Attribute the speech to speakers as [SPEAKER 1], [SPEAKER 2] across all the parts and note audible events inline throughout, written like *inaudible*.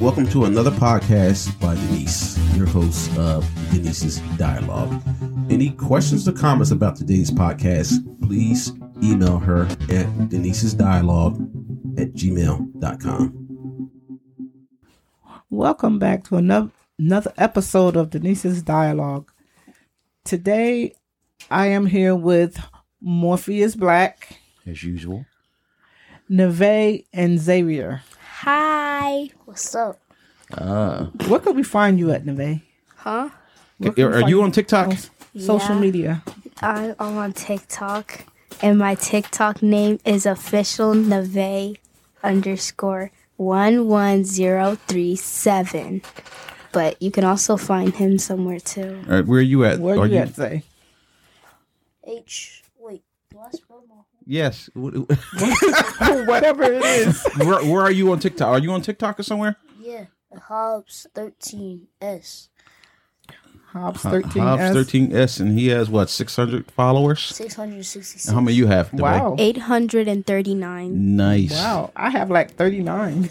[SPEAKER 1] Welcome to another podcast by Denise, your host of Denise's Dialogue. Any questions or comments about today's podcast, please email her at Denise's Dialogue at gmail.com.
[SPEAKER 2] Welcome back to another another episode of Denise's Dialogue. Today I am here with Morpheus Black,
[SPEAKER 3] as usual.
[SPEAKER 2] Neve, and Xavier.
[SPEAKER 4] Hi. What's up?
[SPEAKER 3] Uh,
[SPEAKER 2] Where could we find you at Neve?
[SPEAKER 4] Huh?
[SPEAKER 2] Where could we
[SPEAKER 1] Are
[SPEAKER 2] find
[SPEAKER 1] you on TikTok?
[SPEAKER 2] social
[SPEAKER 4] Yeah.
[SPEAKER 2] media?
[SPEAKER 4] I, I'm on TikTok, and my TikTok name is official Nave underscore one one zero three seven. But you can also find him somewhere too.
[SPEAKER 3] all right, Uh, where are you at?
[SPEAKER 2] Where
[SPEAKER 3] are
[SPEAKER 2] you at Zay?
[SPEAKER 4] H. Wait. Last
[SPEAKER 3] Yes. Wh-
[SPEAKER 2] *laughs* Whatever it is.
[SPEAKER 3] wh- where, where are you on TikTok? Are you on TikTok or somewhere?
[SPEAKER 4] Yeah. Hobbs thirteen S
[SPEAKER 2] Hobbs
[SPEAKER 3] Ho-
[SPEAKER 2] 13.
[SPEAKER 3] Hobbs
[SPEAKER 2] S.
[SPEAKER 3] 13S, and he has what, 600 followers?
[SPEAKER 4] six hundred sixty
[SPEAKER 3] How many you have? Devay?
[SPEAKER 2] Wow.
[SPEAKER 4] Eight hundred and thirty nine.
[SPEAKER 3] Nice.
[SPEAKER 2] Wow. I have like 39.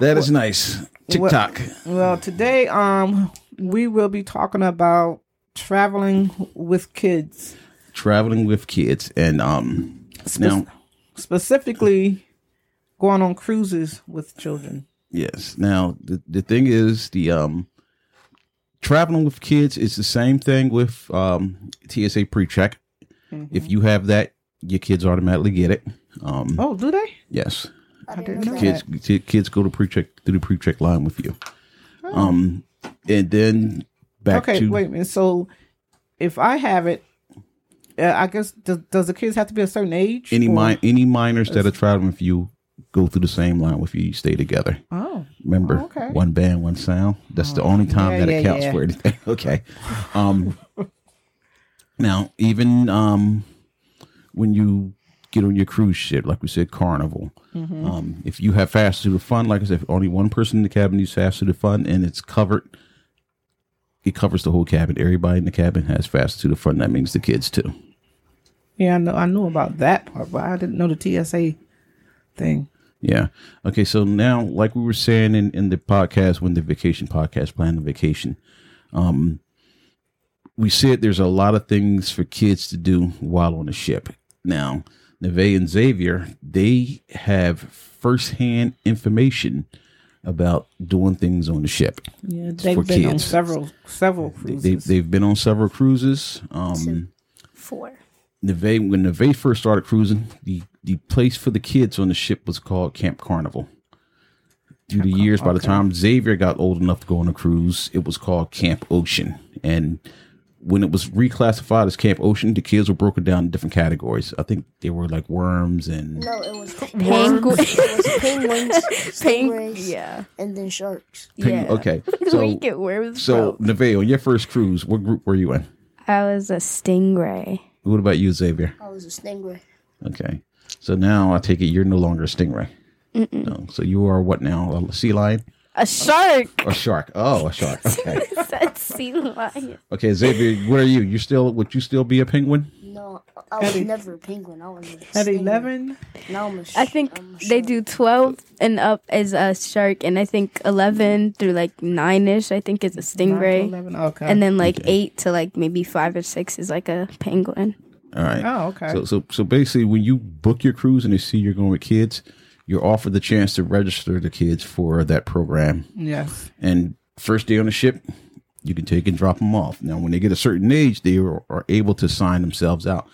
[SPEAKER 3] That is nice. TikTok.
[SPEAKER 2] Well, today um we will be talking about traveling with kids.
[SPEAKER 3] Traveling with kids. And um, now,
[SPEAKER 2] Specifically going on cruises with children.
[SPEAKER 3] yes. Now, the, the thing is, the um, traveling with kids is the same thing with um, TSA pre check.
[SPEAKER 2] Mm-hmm.
[SPEAKER 3] If you have that, your kids automatically get it. Um,
[SPEAKER 2] Oh, do they?
[SPEAKER 3] Yes.
[SPEAKER 2] I didn't know
[SPEAKER 3] kids ki- kids go to pre-check through the pre-check line with you um and then
[SPEAKER 2] that.
[SPEAKER 3] back
[SPEAKER 2] Oh. Okay,
[SPEAKER 3] to
[SPEAKER 2] wait a minute. So if I have it, uh, I guess does, does the kids have to be a certain age?
[SPEAKER 3] any
[SPEAKER 2] or-
[SPEAKER 3] mi- any minors that are traveling with you go through the same line with you you stay together
[SPEAKER 2] Oh,
[SPEAKER 3] remember
[SPEAKER 2] Oh, okay.
[SPEAKER 3] one band one sound that's the only time
[SPEAKER 2] Yeah,
[SPEAKER 3] that it
[SPEAKER 2] yeah,
[SPEAKER 3] counts
[SPEAKER 2] yeah.
[SPEAKER 3] for anything *laughs* okay um now even um when you get on your cruise ship like we said carnival
[SPEAKER 2] Mm-hmm.
[SPEAKER 3] um if you have fast through the fun like i said if only one person in the cabin needs fast through the fun and it's covered it covers the whole cabin. Everybody in the cabin has fast to the front. That means the kids too.
[SPEAKER 2] yeah. I know. I knew about that part, but I didn't know the TSA thing.
[SPEAKER 3] Yeah. Okay. So now, like we were saying in, in the podcast, when the vacation podcast planned the vacation, um, we said there's a lot of things for kids to do while on the ship. Now, Neve and Xavier, they have firsthand information about doing things on the ship.
[SPEAKER 2] Yeah, they've
[SPEAKER 3] for
[SPEAKER 2] been on
[SPEAKER 3] kids.
[SPEAKER 2] several several
[SPEAKER 3] They,
[SPEAKER 2] cruises.
[SPEAKER 3] they, they've been on several cruises. Um,
[SPEAKER 4] Four.
[SPEAKER 3] Neve, when Neve first started cruising, the, the place for the kids on the ship was called Camp Carnival. Through the years, by the time Xavier got old enough to go on a cruise, it was called Camp Ocean. And when it was reclassified as Camp Ocean, the kids were broken down in different categories. I think they were like worms and
[SPEAKER 5] No, it was
[SPEAKER 4] Penguin.
[SPEAKER 5] it
[SPEAKER 4] *laughs*
[SPEAKER 5] was penguins,
[SPEAKER 4] Penguin.
[SPEAKER 5] stingrays,
[SPEAKER 4] Yeah.
[SPEAKER 5] and then sharks.
[SPEAKER 3] peng-
[SPEAKER 4] Yeah.
[SPEAKER 3] okay.
[SPEAKER 4] we
[SPEAKER 3] So
[SPEAKER 4] get worms.
[SPEAKER 3] Oh, so
[SPEAKER 4] So
[SPEAKER 3] Neve, on your first cruise, what group were you in?
[SPEAKER 4] I was a stingray.
[SPEAKER 3] What about you, Xavier?
[SPEAKER 5] I was a stingray.
[SPEAKER 3] Okay. So now I take it you're no longer a stingray. No. So you are what now? A sea lion?
[SPEAKER 4] A shark. *laughs*
[SPEAKER 3] A shark. Oh, a shark. Okay.
[SPEAKER 4] That's sea lion.
[SPEAKER 3] Okay, Xavier, what are you? You still would you still be a penguin?
[SPEAKER 5] No, I was never a penguin. I was a
[SPEAKER 2] At
[SPEAKER 5] stingray.
[SPEAKER 2] eleven,
[SPEAKER 5] Now I'm a sh-
[SPEAKER 4] I think
[SPEAKER 5] I'm a
[SPEAKER 4] they
[SPEAKER 5] shark.
[SPEAKER 4] do 12 and up is a shark, and I think 11 through like 9 ish, I think, is a stingray.
[SPEAKER 2] eleven. Okay.
[SPEAKER 4] And then like 8 to like maybe 5 or 6 is like a penguin.
[SPEAKER 3] All right.
[SPEAKER 2] oh, okay.
[SPEAKER 3] So so so basically, when you book your cruise and they see you're going with kids, you're offered the chance to register the kids for that program.
[SPEAKER 2] yes.
[SPEAKER 3] And first day on the ship, you can take and drop them off. Now, when they get a certain age, they are, are able to sign themselves out.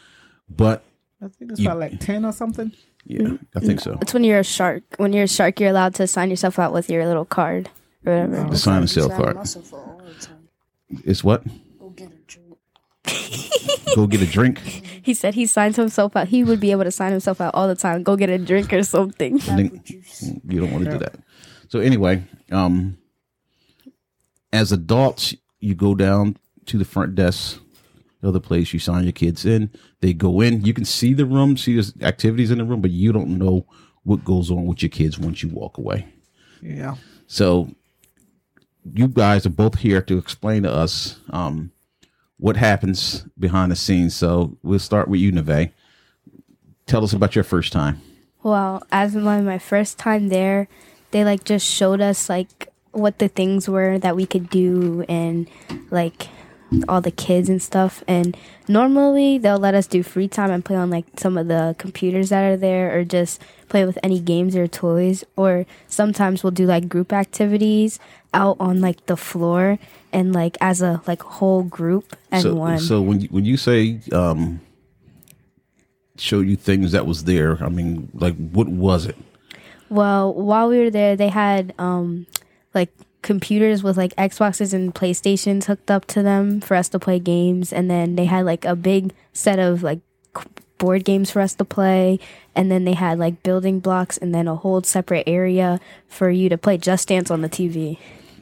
[SPEAKER 3] But
[SPEAKER 2] I think it's about like ten or something.
[SPEAKER 3] yeah, I think so.
[SPEAKER 4] It's when you're a shark. When you're a shark, you're allowed to sign yourself out with your little card or whatever.
[SPEAKER 3] The sign and
[SPEAKER 5] Because
[SPEAKER 3] sale
[SPEAKER 5] I'm
[SPEAKER 3] card.
[SPEAKER 5] muscle for all the time.
[SPEAKER 3] It's what?
[SPEAKER 5] Go get a drink.
[SPEAKER 3] Go get a
[SPEAKER 5] Oh.
[SPEAKER 3] drink.
[SPEAKER 4] He said he signs himself out. He would be able to sign himself out all the time, go get a drink or something.
[SPEAKER 3] And then-
[SPEAKER 5] Apple juice.
[SPEAKER 3] You don't want to do that. So anyway, um, as adults, you go down to the front desk, the other place. You sign your kids in. They go in. You can see the room, see there's activities in the room, but you don't know what goes on with your kids once you walk away.
[SPEAKER 2] Yeah.
[SPEAKER 3] So you guys are both here to explain to us um, what happens behind the scenes. So we'll start with you, Neve. Tell us about your first time.
[SPEAKER 4] Well, as my my first time there, they like just showed us like what the things were that we could do and like all the kids and stuff. And normally they'll let us do free time and play on like some of the computers that are there or just play with any games or toys or sometimes we'll do like group activities out on like the floor and like as a like whole group and
[SPEAKER 3] so,
[SPEAKER 4] one.
[SPEAKER 3] so when you, when you say um, show you things that was there, I mean, like what was it?
[SPEAKER 4] Well, while we were there, they had um, like computers with like Xboxes and PlayStations hooked up to them for us to play games, and then they had like a big set of like c- board games for us to play, and then they had like building blocks, and then a whole separate area for you to play Just Dance on the TV.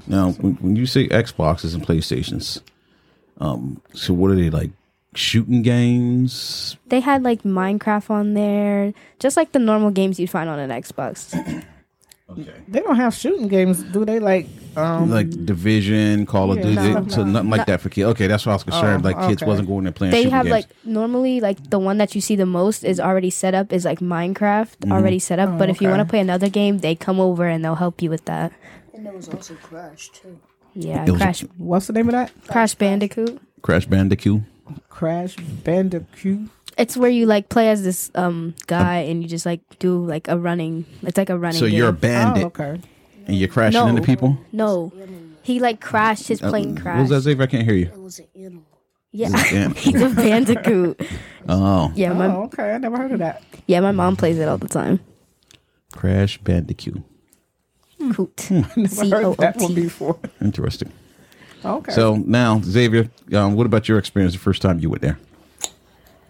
[SPEAKER 3] Now, when, when you say Xboxes and PlayStations, um, so what are they like? Shooting games?
[SPEAKER 4] They had like Minecraft on there, just like the normal games you'd find on an Xbox.
[SPEAKER 3] Okay.
[SPEAKER 2] They don't have shooting games, do they? Like, um,
[SPEAKER 3] like Division, Call of
[SPEAKER 2] Yeah,
[SPEAKER 3] Duty,
[SPEAKER 4] no,
[SPEAKER 3] so nothing like that for kids. Okay, that's what I was concerned.
[SPEAKER 2] Oh,
[SPEAKER 3] like kids
[SPEAKER 2] okay.
[SPEAKER 3] wasn't going there playing.
[SPEAKER 4] they
[SPEAKER 3] shooting
[SPEAKER 4] have
[SPEAKER 3] games.
[SPEAKER 4] like normally like the one that you see the most is already set up is like minecraft
[SPEAKER 3] Mm-hmm.
[SPEAKER 4] already set up but if you
[SPEAKER 2] Oh, okay.
[SPEAKER 4] want to play another game they come over and they'll help you with that
[SPEAKER 5] And there was also Crash too.
[SPEAKER 4] yeah
[SPEAKER 3] It was-
[SPEAKER 4] crash
[SPEAKER 2] what's the name of that?
[SPEAKER 4] crash bandicoot
[SPEAKER 3] Crash Bandicoot.
[SPEAKER 2] Crash Bandicoot.
[SPEAKER 4] it's where you like play as this um guy and you just like do like a running it's like a running
[SPEAKER 3] So you're a
[SPEAKER 4] game.
[SPEAKER 3] bandit
[SPEAKER 2] Oh, okay.
[SPEAKER 3] and you're crashing
[SPEAKER 4] No.
[SPEAKER 3] into people. Uh,
[SPEAKER 4] no he like crashed his plane
[SPEAKER 3] What was
[SPEAKER 4] crashed
[SPEAKER 3] that, Xavier? I can't hear you.
[SPEAKER 5] It was an animal.
[SPEAKER 4] yeah
[SPEAKER 3] Damn.
[SPEAKER 4] *laughs* he's a bandicoot
[SPEAKER 3] Oh,
[SPEAKER 4] yeah my
[SPEAKER 2] Oh, okay. I never heard of that.
[SPEAKER 4] yeah my mom plays it all the time
[SPEAKER 3] Crash Bandicoot. Hmm.
[SPEAKER 4] Coot.
[SPEAKER 3] *laughs*
[SPEAKER 2] Never heard of that one
[SPEAKER 4] C-O-O-T.
[SPEAKER 2] before. *laughs*
[SPEAKER 3] Interesting.
[SPEAKER 2] Okay.
[SPEAKER 3] So now, Xavier, um, what about your experience the first time you went there?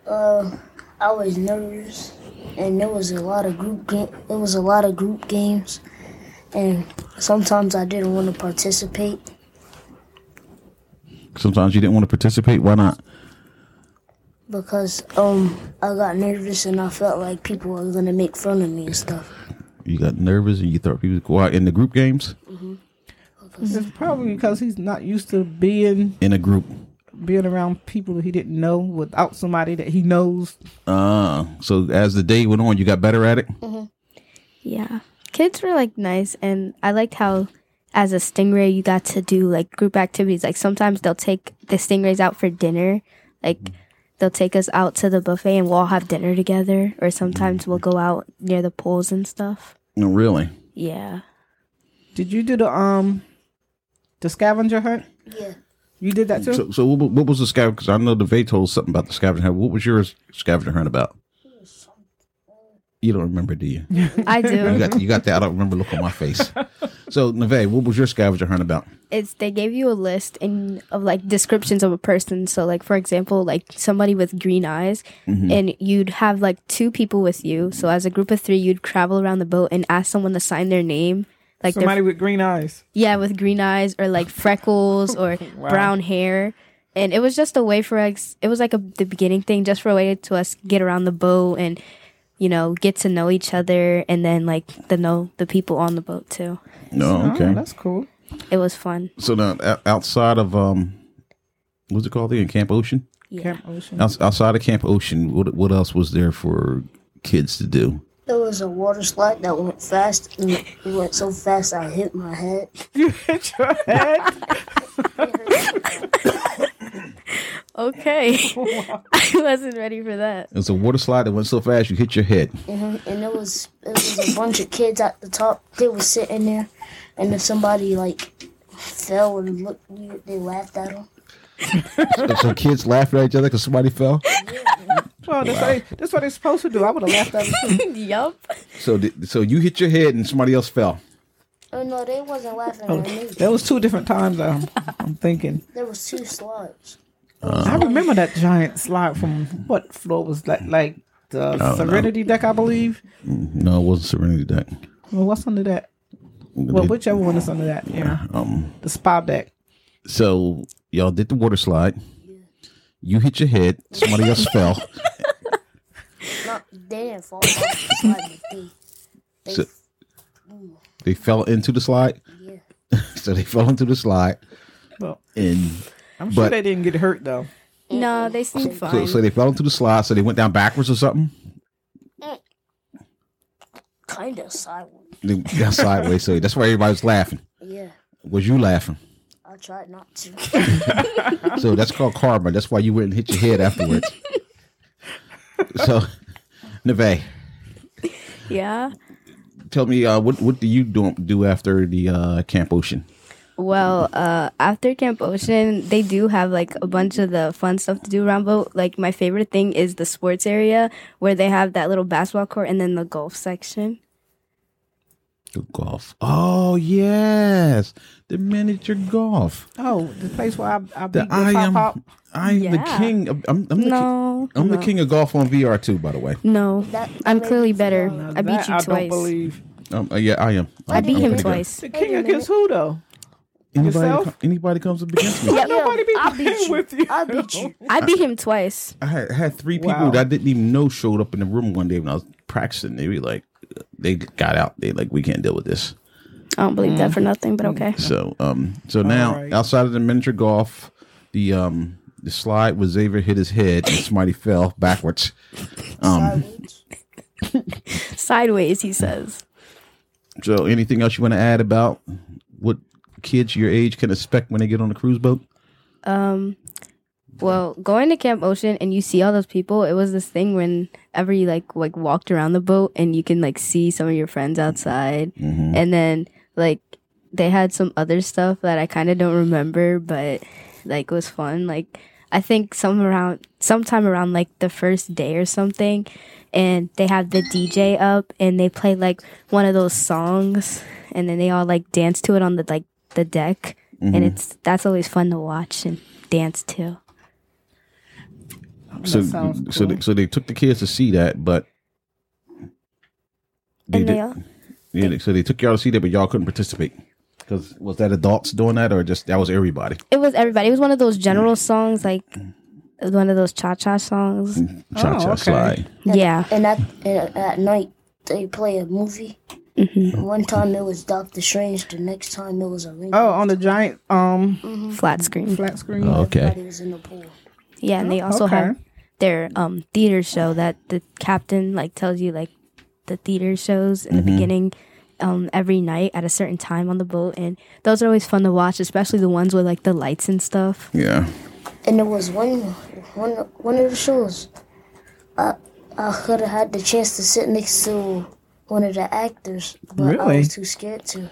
[SPEAKER 5] Uh, I was nervous, and there was a lot of group game. It was a lot of group games, and sometimes I didn't want to participate.
[SPEAKER 3] Sometimes you didn't want to participate. Why not?
[SPEAKER 5] because um I got nervous and I felt like people were gonna make fun of me and stuff.
[SPEAKER 3] You got nervous and you thought people would go out in the group games
[SPEAKER 2] it's probably because he's not used to being
[SPEAKER 3] in a group.
[SPEAKER 2] being around people that he didn't know without somebody that he knows.
[SPEAKER 3] Uh, so as the day went on, you got better at it.
[SPEAKER 4] Yeah. Kids were like nice and I liked how as a stingray you got to do like group activities. Like sometimes they'll take the stingrays out for dinner. Like they'll take us out to the buffet and we'll all have dinner together or sometimes we'll go out near the pools and stuff.
[SPEAKER 3] No, really.
[SPEAKER 4] Yeah.
[SPEAKER 2] Did you do the um the scavenger hunt?
[SPEAKER 5] Yeah.
[SPEAKER 2] You did that too?
[SPEAKER 3] So, so what, what was the scavenger? Because I know the Vay told us something about the scavenger hunt. What was your scavenger hunt about? You don't remember, do you? You
[SPEAKER 4] I do.
[SPEAKER 3] got you got that. I don't remember. Look on my face. So, Neve, what was your scavenger hunt about?
[SPEAKER 4] It's they gave you a list and of like descriptions of a person. So like for example, like somebody with green eyes and you'd have like two people with you. So as a group of 3, you'd travel around the boat and ask someone to sign their name. Like their
[SPEAKER 2] somebody with green eyes.
[SPEAKER 4] Yeah, with green eyes or like freckles *laughs* or
[SPEAKER 2] Wow.
[SPEAKER 4] brown hair. And it was just a way for us, it was like a, the beginning thing, just for a way to us get around the boat and, you know, get to know each other and then like the know the people on the boat too.
[SPEAKER 3] No,
[SPEAKER 2] Oh,
[SPEAKER 3] okay.
[SPEAKER 2] that's cool.
[SPEAKER 4] It was fun.
[SPEAKER 3] So now, o- outside of um, what's it called? In Camp Ocean.
[SPEAKER 2] Camp Ocean.
[SPEAKER 3] Outs- Outside of Camp Ocean, what what else was there for kids to do?
[SPEAKER 5] There was a water slide that went fast and it went so fast I hit my head.
[SPEAKER 2] *laughs* You hit your head.
[SPEAKER 4] Okay. *laughs* I wasn't ready for that.
[SPEAKER 3] It's a water slide that went so fast you hit your head.
[SPEAKER 5] Mhm. *laughs* And there was there was a bunch of kids at the top. They were sitting there, and if somebody like fell and looked, you- they laughed at them.
[SPEAKER 3] So- so kids laughing at each other because somebody fell.
[SPEAKER 2] Well, that's, what they, that's what they're supposed to do. I would have laughed at them. too.
[SPEAKER 4] *laughs* yup.
[SPEAKER 3] So did- so you hit your head and somebody else fell.
[SPEAKER 5] Oh no, they wasn't laughing at *laughs* me.
[SPEAKER 2] There was two different times I'm, I'm thinking.
[SPEAKER 5] There was two slides.
[SPEAKER 2] I remember that giant slide from what floor was that? Like the Serenity deck, I believe.
[SPEAKER 3] No, it wasn't Serenity Deck.
[SPEAKER 2] Well, what's under that? Well, whichever one is under that. Yeah.
[SPEAKER 3] Um,
[SPEAKER 2] The spa deck.
[SPEAKER 3] so y'all did the water slide. You hit your head. Somebody else fell.
[SPEAKER 5] Not they didn't fall off the slide, but they they
[SPEAKER 3] So- They fell into the slide.
[SPEAKER 5] Yeah.
[SPEAKER 3] *laughs* so they fell into the slide,
[SPEAKER 2] Well,
[SPEAKER 3] and
[SPEAKER 2] I'm
[SPEAKER 3] But-
[SPEAKER 2] sure they didn't get hurt though.
[SPEAKER 4] No, they seemed fine.
[SPEAKER 3] so, so they fell into the slide. So they went down backwards or something.
[SPEAKER 5] kind of silent.
[SPEAKER 3] They got sideways, so that's why everybody was laughing.
[SPEAKER 5] Yeah,
[SPEAKER 3] Was you laughing?
[SPEAKER 5] I tried not to.
[SPEAKER 3] So that's called karma. That's why you went and hit your head
[SPEAKER 4] *laughs*
[SPEAKER 3] afterwards. so, Neve,
[SPEAKER 4] Yeah.
[SPEAKER 3] tell me uh, what what do you do, do after the uh, Camp Ocean?
[SPEAKER 4] Well, uh, after Camp Ocean, they do have like a bunch of the fun stuff to do around. But like my favorite thing is the sports area where they have that little basketball court and then the golf section.
[SPEAKER 3] Golf. Oh yes, the miniature golf.
[SPEAKER 2] Oh, the place where I, I
[SPEAKER 3] The
[SPEAKER 2] beat
[SPEAKER 3] I
[SPEAKER 2] the pop
[SPEAKER 3] am
[SPEAKER 2] pop.
[SPEAKER 3] I am the
[SPEAKER 4] Yeah.
[SPEAKER 3] king. Of, I'm, I'm the
[SPEAKER 4] No,
[SPEAKER 3] King, I'm
[SPEAKER 4] no.
[SPEAKER 3] the king of golf on VR too. By the way,
[SPEAKER 4] No,
[SPEAKER 5] That-
[SPEAKER 4] I'm clearly better.
[SPEAKER 5] Now
[SPEAKER 4] I beat
[SPEAKER 2] That
[SPEAKER 4] you
[SPEAKER 2] I
[SPEAKER 4] twice.
[SPEAKER 2] don't believe.
[SPEAKER 3] um, uh, yeah, I am.
[SPEAKER 4] I
[SPEAKER 3] I'm-
[SPEAKER 4] beat
[SPEAKER 3] I'm pretty
[SPEAKER 4] him
[SPEAKER 3] good.
[SPEAKER 4] twice.
[SPEAKER 2] The king against who though?
[SPEAKER 3] Anybody,
[SPEAKER 2] Yourself?
[SPEAKER 3] come, anybody comes up against
[SPEAKER 4] *laughs*
[SPEAKER 3] me.
[SPEAKER 2] Nobody be
[SPEAKER 5] I beat
[SPEAKER 2] playing
[SPEAKER 5] you.
[SPEAKER 2] with you.
[SPEAKER 5] I beat you.
[SPEAKER 4] I beat him twice.
[SPEAKER 3] I had, I had three people
[SPEAKER 2] Wow.
[SPEAKER 3] that I didn't even know showed up in the room one day when I was practicing. They were like, they got out. They like, we can't deal with this.
[SPEAKER 4] I don't believe that for nothing, but okay.
[SPEAKER 3] So, um, so now
[SPEAKER 2] right.
[SPEAKER 3] outside of the miniature golf, the um, the slide where Xavier hit his head and
[SPEAKER 2] *coughs*
[SPEAKER 3] Smitty fell backwards.
[SPEAKER 5] Silence.
[SPEAKER 4] Sideways, he says.
[SPEAKER 3] So, anything else you want to add about what kids your age can expect when they get on a cruise boat?
[SPEAKER 4] Um, Well, going to Camp Ocean and you see all those people, it was this thing whenever you like like walked around the boat and you can like see some of your friends outside, and then like they had some other stuff that I kind of don't remember, but like was fun. Like I think some around sometime around like the first day or something, and they have the DJ up and they play like one of those songs, and then they all like dance to it on the like the deck,
[SPEAKER 3] Mm-hmm.
[SPEAKER 4] and it's that's always fun to watch and dance to.
[SPEAKER 3] So,
[SPEAKER 2] sounds
[SPEAKER 3] so,
[SPEAKER 2] cool.
[SPEAKER 3] they, so they took the kids to see that, but they
[SPEAKER 4] And
[SPEAKER 3] did-
[SPEAKER 4] they all-
[SPEAKER 3] Yeah, so they took y'all to see that, but y'all couldn't participate. Because was that adults doing that, or just that was everybody?
[SPEAKER 4] it was everybody. It was one of those general songs, like one of those cha cha songs.
[SPEAKER 3] Cha cha
[SPEAKER 2] Oh, okay.
[SPEAKER 3] slide.
[SPEAKER 4] Yeah.
[SPEAKER 5] And at and at night they play a movie.
[SPEAKER 2] Mm-hmm.
[SPEAKER 5] One time it was Doctor Strange. The next time it was a ring.
[SPEAKER 2] Oh, on the giant um
[SPEAKER 4] Flat screen.
[SPEAKER 2] flat screen.
[SPEAKER 3] Okay.
[SPEAKER 5] Everybody was in the pool.
[SPEAKER 4] Yeah, and they also
[SPEAKER 2] okay.
[SPEAKER 4] have their um theater show that the captain like tells you like the theater shows in the beginning um every night at a certain time on the boat and those are always fun to watch, especially the ones with like the lights and stuff.
[SPEAKER 3] Yeah.
[SPEAKER 5] And there was one one one of the shows. I I could have had the chance to sit next to one of the actors, but I
[SPEAKER 2] Really?
[SPEAKER 5] was too scared to
[SPEAKER 2] *laughs*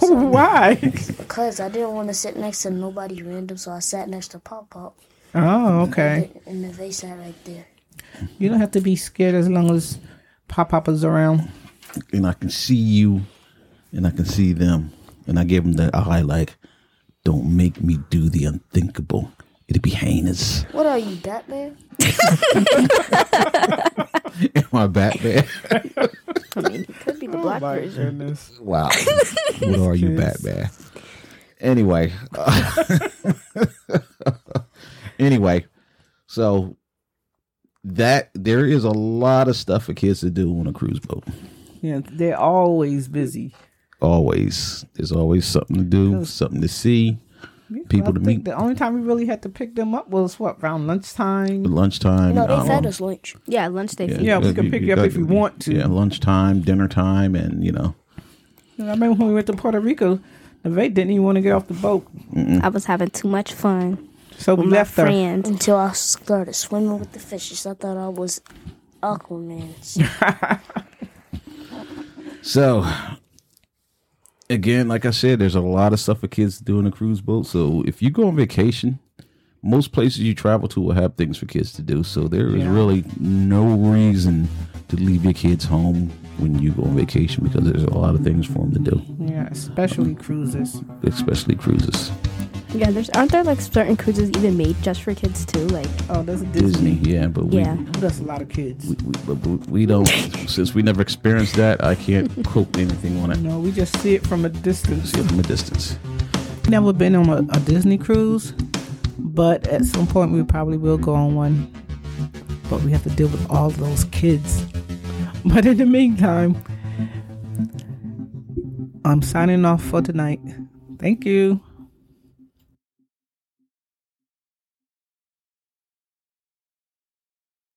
[SPEAKER 2] Why?
[SPEAKER 5] because I didn't want to sit next to nobody random. So I sat next to Pop Pop,
[SPEAKER 2] Oh, okay.
[SPEAKER 5] and the they sat right there.
[SPEAKER 2] You don't have to be scared as long as Pop Pop is around.
[SPEAKER 3] And I can see you, and I can see them, and I give them the eye like, "Don't make me do the unthinkable. It'd be heinous." *laughs*
[SPEAKER 5] What are you, Batman?
[SPEAKER 3] My Batman.
[SPEAKER 4] Could be the black version.
[SPEAKER 2] Goodness.
[SPEAKER 3] *laughs* wow. what are you, Batman? Anyway. *laughs* anyway, so that there is a lot of stuff for kids to do on a cruise boat.
[SPEAKER 2] Yeah, they're always busy.
[SPEAKER 3] always there's always something to do something to see people to
[SPEAKER 2] I think
[SPEAKER 3] meet
[SPEAKER 2] the only time we really had to pick them up was what around lunchtime.
[SPEAKER 3] lunchtime
[SPEAKER 5] No, they
[SPEAKER 3] um,
[SPEAKER 5] fed us lunch.
[SPEAKER 4] Yeah, lunch they feed.
[SPEAKER 2] Yeah, we can pick you up
[SPEAKER 3] got-
[SPEAKER 2] if you want to.
[SPEAKER 3] yeah lunchtime dinner time and you know
[SPEAKER 2] And I remember when we went to Puerto Rico, the vape didn't even want to get off the boat,
[SPEAKER 4] I was having too much fun.
[SPEAKER 2] so we
[SPEAKER 4] with my
[SPEAKER 2] left her.
[SPEAKER 4] friend.
[SPEAKER 5] Until I started swimming with the fishes, I thought I was Aquaman.
[SPEAKER 3] so again like i said there's a lot of stuff for kids to do on a cruise boat so if you go on vacation most places you travel to will have things for kids to do so there is really no reason to leave your kids home when you go on vacation because there's a lot of things for them to do
[SPEAKER 2] Yeah, especially cruises.
[SPEAKER 3] especially cruises
[SPEAKER 4] Yeah, there's aren't there like certain cruises even made just for kids too? Like
[SPEAKER 2] Oh, that's Disney.
[SPEAKER 3] disney yeah but we,
[SPEAKER 4] Yeah.
[SPEAKER 2] That's a lot of kids.
[SPEAKER 3] we, but we- we *laughs* don't since we never experienced that i can't quote anything on it
[SPEAKER 2] no, we just see it from a distance.
[SPEAKER 3] see it from a distance
[SPEAKER 2] Never been on a, a Disney cruise, but at some point we probably will go on one. But we have to deal with all those kids. *laughs* But in the meantime, I'm signing off for tonight. Thank you.